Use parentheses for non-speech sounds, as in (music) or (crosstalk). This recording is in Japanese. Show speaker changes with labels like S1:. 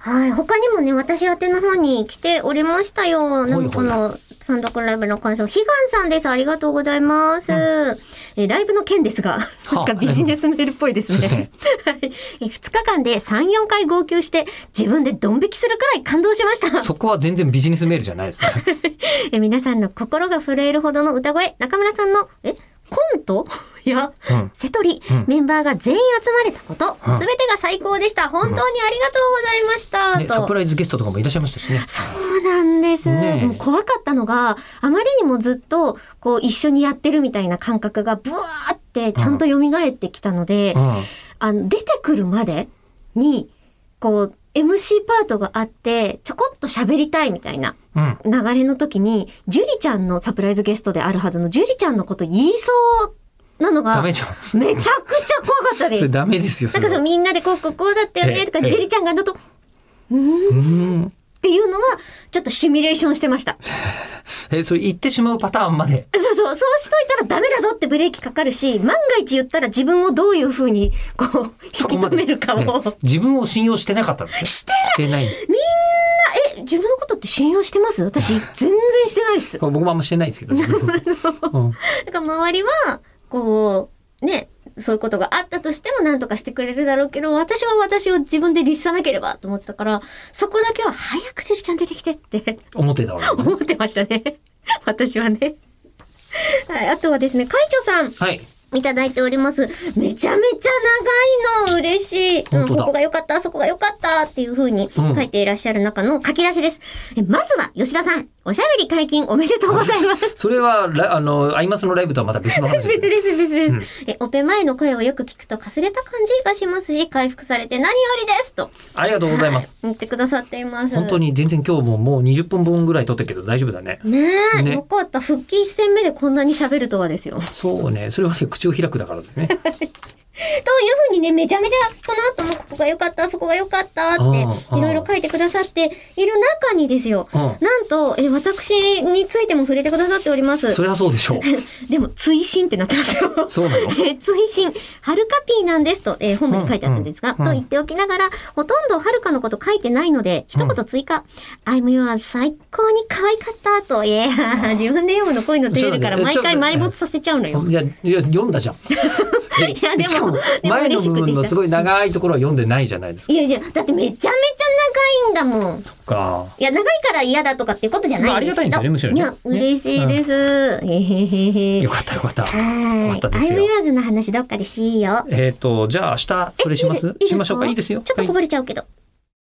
S1: はい。他にもね、私宛ての方に来ておりましたよ。なんかこの、単独ライブの感想。悲願さんです。ありがとうございます。えーライブの件ですが、 (laughs) なんかビジネスメールっぽいです
S2: そうです
S1: ね (laughs)
S2: ね。
S1: はい。え2日間で3、4回号泣して、自分でドン引きするくらい感動しました。
S2: (laughs) そこは全然ビジネスメールじゃないで
S1: (laughs)
S2: すね。
S1: え皆さんの心が震えるほどの歌声中村さんのえコント (laughs) いや、
S2: うん
S1: 瀬戸り、
S2: うん
S1: メンバーが全員集まれたこと、
S2: うん
S1: すべてが最高でした本当にありがとうございました、
S2: ね
S1: と
S2: サプライズゲストとかもいらっしゃいましたしね。
S1: そうなんです、
S2: ねえ
S1: でも怖かったのがあまりにもずっとこう一緒にやってるみたいな感覚がブワーってちゃんと蘇ってきたので、
S2: うん。
S1: あの出てくるまでにこう MC パートがあってちょこっと喋りたいみたいな
S2: うん。
S1: 流れの時に、ジュリちゃんのサプライズゲストであるはずのジュリちゃんのこと言いそうなのが、
S2: ダ
S1: め
S2: メ
S1: ち
S2: じゃん。
S1: ゃくちゃ怖かったで
S2: それ
S1: す。
S2: ダメですよ。
S1: なんかその
S2: れ
S1: みんなでこう、こうこうだったよねとか、
S2: ええ
S1: ジュリちゃんがのと、うーんっ
S2: うん。
S1: ていうのは、ちょっとシミュレーションしてました。
S2: え、それ言ってしまうパターンま
S1: (laughs)
S2: で。
S1: そうそう、そうしといたらダメだぞってブレーキかかるし、万が一言ったら自分をどういうふうに、こう、
S2: そ
S1: 引き
S2: こま
S1: 止
S2: で
S1: めるかを。みんな
S2: ね、自分を信用してなかったんです
S1: (laughs)
S2: ね。
S1: して
S2: してない。
S1: え、自分のことって信用してます私、全然してないっ
S2: (laughs)
S1: す。
S2: 僕もあんましてないですけど。うん
S1: だから周りは、こう、ね、そういうことがあったとしても何とかしてくれるだろうけど、私は私を自分で律さなければと思ってたから、そこだけは早くジュリちゃん出てきてって
S2: 思ってたわけですね。
S1: 思ってましたね。 (laughs) 私はね。はい、あとはですね、会長さん (laughs)
S2: はい。
S1: いただいております。めちゃめちゃ長いの嬉しい。うん、
S2: 本当だ
S1: ここが良かった、そこが良かったっていう風に書いていらっしゃる中の書き出しです。えまずは吉田さん、おしゃべり解禁おめでとうございます。
S2: それは、ラあの、アイマスのライブとはまた別の話です
S1: 別
S2: ね。
S1: です別です、
S2: うん
S1: えオペ前の声をよく聞くとかすれた感じがしますし回復されて何よりですと
S2: ありがとうござ
S1: (laughs)
S2: います。
S1: 言ってくださっています
S2: 本当に全然今日ももう20分分ぐらい撮ったけど大丈夫だね。
S1: ねえ
S2: ね
S1: よかった復帰1戦目でこんなに喋るとはですよという
S2: そうね。それはね、口を開くだからですね。
S1: ふうにねめちゃめちゃその後もここが良かったそこが良かったって
S2: あーあー
S1: いろいろ書いてくださっている中にですよ (laughs)
S2: う
S1: なんとえ私についても触れてくださっております
S2: ん。それはそうでしょ
S1: (laughs)
S2: う。
S1: でも追伸ってなってますよ
S2: (laughs) そうなの。
S1: えー追伸はるかピーなんですと、えー本文に書いてあったんですが、
S2: うんうん
S1: と言っておきながら、ほとんどはるかのこと書いてないので、一言追加、I'm yours 最高に可愛かったと、いやー、自分で読むのこういうの照れるから、
S2: ちょっ
S1: 毎
S2: とね
S1: 回埋没させちゃうのよ。
S2: いや、いや読ん
S1: (laughs)
S2: だじゃん。
S1: いやでも
S2: しかも
S1: でも
S2: 前の
S1: 嬉し
S2: 部
S1: くて
S2: 分のすごい長いところは読んでないじゃないですか。
S1: いやいや、だってめちゃめちゃ長いんだもん。
S2: そっ
S1: (laughs)
S2: か。
S1: いや、長いから嫌だとかっていうことじゃないんですけど。
S2: まあありがたいんですよねむしろね
S1: いや、嬉しいです。えへへへ。
S2: よかったよかった。
S1: は
S2: よ
S1: ー
S2: か
S1: い。
S2: ったです
S1: I'm
S2: よ。
S1: yours の話どっかでしよう。
S2: えっ、と、じゃあ明日、それしましょ
S1: え
S2: う
S1: いいで
S2: かしましょうかいいですよ。
S1: ちょっとこぼれちゃうけど。